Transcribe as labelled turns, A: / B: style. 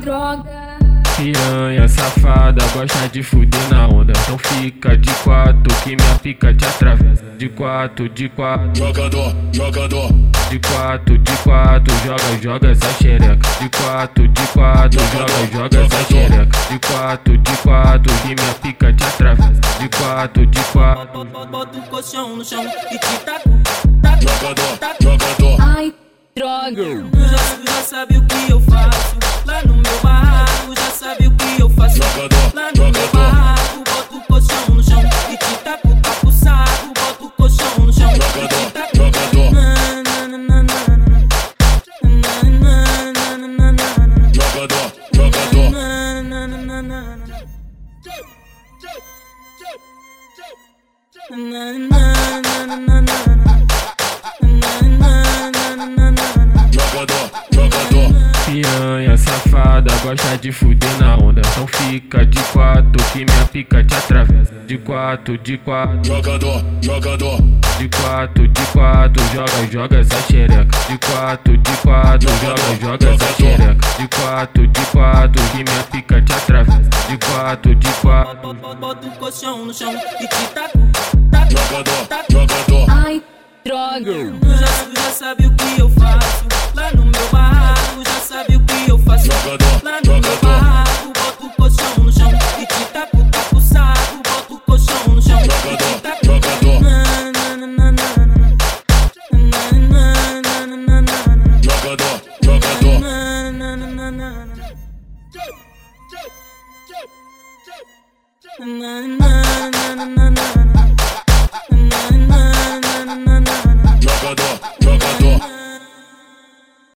A: droga.
B: Piranha safada, gosta de fuder na onda. Então fica de quatro, que minha pica te atravessa. De quatro, de quatro.
C: Jogador, jogador,
B: De quatro, de quatro, joga, joga essa xereca. De quatro, de quatro, joga, joga essa xereca. De quatro, de quatro, que minha pica te atravessa. De quatro, de quatro.
D: Bota, bota, bota o colchão no chão e te taco, taco,
C: jogador,
D: taco.
C: jogador.
A: Ai, droga.
D: Tu já, tu já sabe o que eu faço lá no meu barraco. Já sabe o que eu faço
C: Jogador,
D: lá no meu
C: jogador.
D: barraco. Bota o colchão no chão e te taco, taco o saco. Bota o colchão no chão e te
C: Jogador,
D: taco.
C: jogador.
D: Na, na, na, na, na, na. Na, na, na, na, na, na, na.
C: Jogador, jogador,
D: Na, na, na, na, na, na. Na, na, na, na, na, na. Na, na, na, na, na, na.
C: jogador, jogador.
B: Piranha safada, gosta de fuder na onda. Então fica de quatro, que minha pica te atravessa. De quatro, de quatro.
C: Jogador, jogador,
B: De quatro, de quatro, joga, joga essa xereca. De quatro, de quatro, joga, joga essa xereca. De quatro, de quatro, que minha pica te atravessa. De quatro, de quatro.
D: Bota- Bota o colchão no chão e te taco, taco,
C: jogador,
D: taco.
C: jogador.
A: Ai, droga.
D: Tu já, tu já sabe o que eu faço lá no meu barraco. Já sabe o que eu faço
C: Jogador,
D: lá no meu
C: jogador.
D: barraco. Bota o colchão no chão e te taco, taco o saco. Bota o colchão no chão e te
C: Jogador,
D: taco.
C: jogador, jogador, jogador. Jogador, jogador,